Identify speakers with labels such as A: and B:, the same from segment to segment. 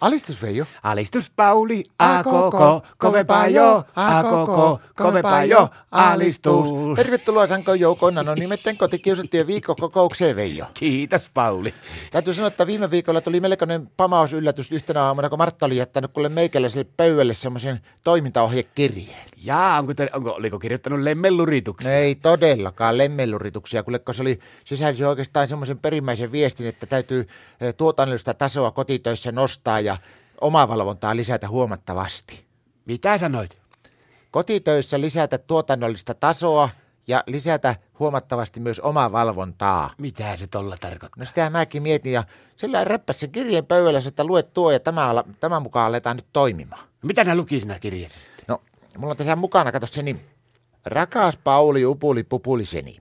A: Alistus Veijo.
B: Alistus Pauli, a koko, kovempaa jo, a koko, kovempaa jo, alistus.
A: Tervetuloa Sanko Joukona, no nimetten kotikiusattiin viikkokokoukseen Veijo.
B: Kiitos Pauli.
A: Täytyy sanoa, että viime viikolla tuli melkoinen pamaus yllätys yhtenä aamuna, kun Martta oli jättänyt kuule meikäläiselle pöydälle semmoisen toimintaohjekirjeen.
B: Jaa, onko, te, onko oliko kirjoittanut lemmellurituksia?
A: No ei todellakaan lemmellurituksia, kuule, kun se oli, sisälsi oikeastaan semmoisen perimmäisen viestin, että täytyy eh, tuotannollista tasoa kotitöissä nostaa ja omavalvontaa lisätä huomattavasti.
B: Mitä sanoit?
A: Kotitöissä lisätä tuotannollista tasoa ja lisätä huomattavasti myös omavalvontaa.
B: Mitä se tolla tarkoittaa?
A: No sitä mäkin mietin ja sillä räppäs sen kirjeen pöydällä, että lue tuo ja tämä, ala- tämän mukaan aletaan nyt toimimaan.
B: Mitä nää luki siinä kirjassa sitten?
A: No, mulla on tässä mukana, kato se niin. Rakas Pauli Upuli Pupuliseni,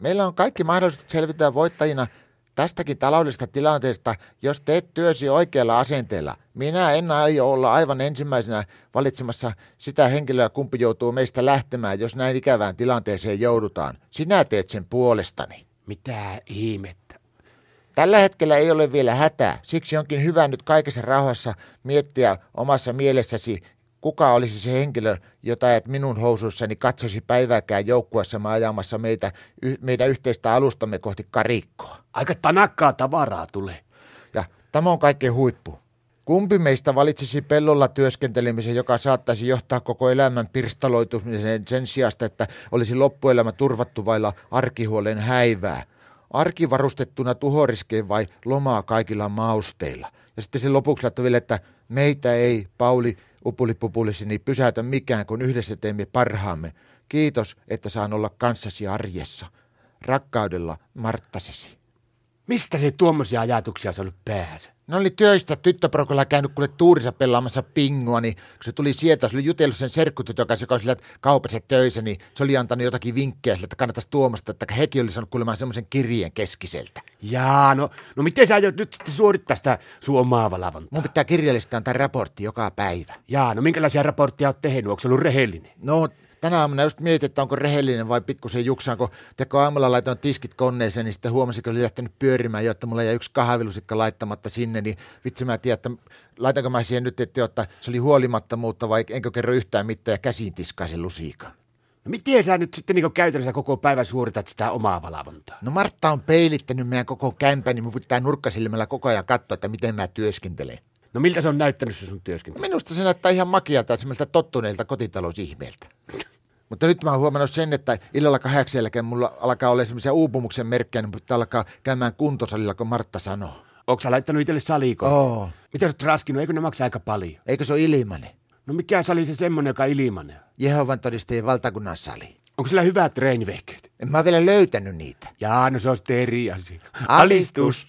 A: meillä on kaikki mahdollisuudet selvitä voittajina tästäkin taloudellisesta tilanteesta, jos teet työsi oikealla asenteella. Minä en aio olla aivan ensimmäisenä valitsemassa sitä henkilöä, kumpi joutuu meistä lähtemään, jos näin ikävään tilanteeseen joudutaan. Sinä teet sen puolestani.
B: Mitä ihmettä?
A: Tällä hetkellä ei ole vielä hätää, siksi onkin hyvä nyt kaikessa rauhassa miettiä omassa mielessäsi, kuka olisi se henkilö, jota et minun housuissani katsoisi päivääkään joukkueessa ajamassa meitä, y- meidän yhteistä alustamme kohti karikkoa.
B: Aika tanakkaa tavaraa tulee.
A: Ja tämä on kaikkein huippu. Kumpi meistä valitsisi pellolla työskentelemisen, joka saattaisi johtaa koko elämän pirstaloitumiseen sen sijasta, että olisi loppuelämä turvattu vailla arkihuolen häivää? Arkivarustettuna tuhoriskeen vai lomaa kaikilla mausteilla? Ja sitten sen lopuksi laittoi vielä, että meitä ei, Pauli Upulipupulissini, pysäytä mikään, kun yhdessä teemme parhaamme. Kiitos, että saan olla kanssasi arjessa. Rakkaudella Marttasesi.
B: Mistä se tuommoisia ajatuksia on ollut päässä?
A: Ne oli työstä tyttöprokolla käynyt kuule tuurissa pelaamassa pingoa, niin kun se tuli sieltä, se oli jutellut sen serkkutytön kanssa, joka oli sillä kaupassa töissä, niin se oli antanut jotakin vinkkejä sille, että kannattaisi tuomasta, että hekin oli saanut kuulemaan semmoisen kirjeen keskiseltä.
B: Jaa, no, no miten sä aiot nyt sitten suorittaa sitä sun omaa valvontaa?
A: Mun pitää kirjallisesti antaa raportti joka päivä.
B: Jaa, no minkälaisia raportteja oot tehnyt? Onko se ollut rehellinen?
A: No, tänä aamuna just mietin, että onko rehellinen vai pikkusen juksaan, kun teko aamulla laitoin tiskit koneeseen, niin sitten huomasin, kun oli lähtenyt pyörimään, jotta mulla jäi yksi kahvilusikka laittamatta sinne, niin vitsi mä en tiedä, että laitanko mä siihen nyt, että jotta se oli huolimattomuutta vai enkö kerro yhtään mitään ja käsiin tiskaisin lusikan.
B: No miten sä nyt sitten niin käytännössä koko päivän suoritat sitä omaa valvontaa?
A: No Martta on peilittänyt meidän koko kämpän, niin mun pitää nurkkasilmällä koko ajan katsoa, että miten mä työskentelen.
B: No miltä se on näyttänyt se sun työskentely?
A: Minusta se näyttää ihan makialta, semmoilta tottuneelta kotitalousihmeeltä. Mutta nyt mä oon huomannut sen, että illalla kahdeksan jälkeen mulla alkaa olla semmoisia uupumuksen merkkejä, niin pitää alkaa käymään kuntosalilla, kun Martta sanoo.
B: Onko sä laittanut itselle salikoon?
A: Oo.
B: Mitä sä oot raskinut? Eikö ne maksa aika paljon?
A: Eikö se ole ilmanen?
B: No mikä sali se semmonen, joka on ilmanen?
A: Jehovan todistajien valtakunnan sali.
B: Onko sillä hyvät treenivehkeet?
A: En mä ole vielä löytänyt niitä.
B: Jaa, no se on sitten eri asia.
A: Alistus.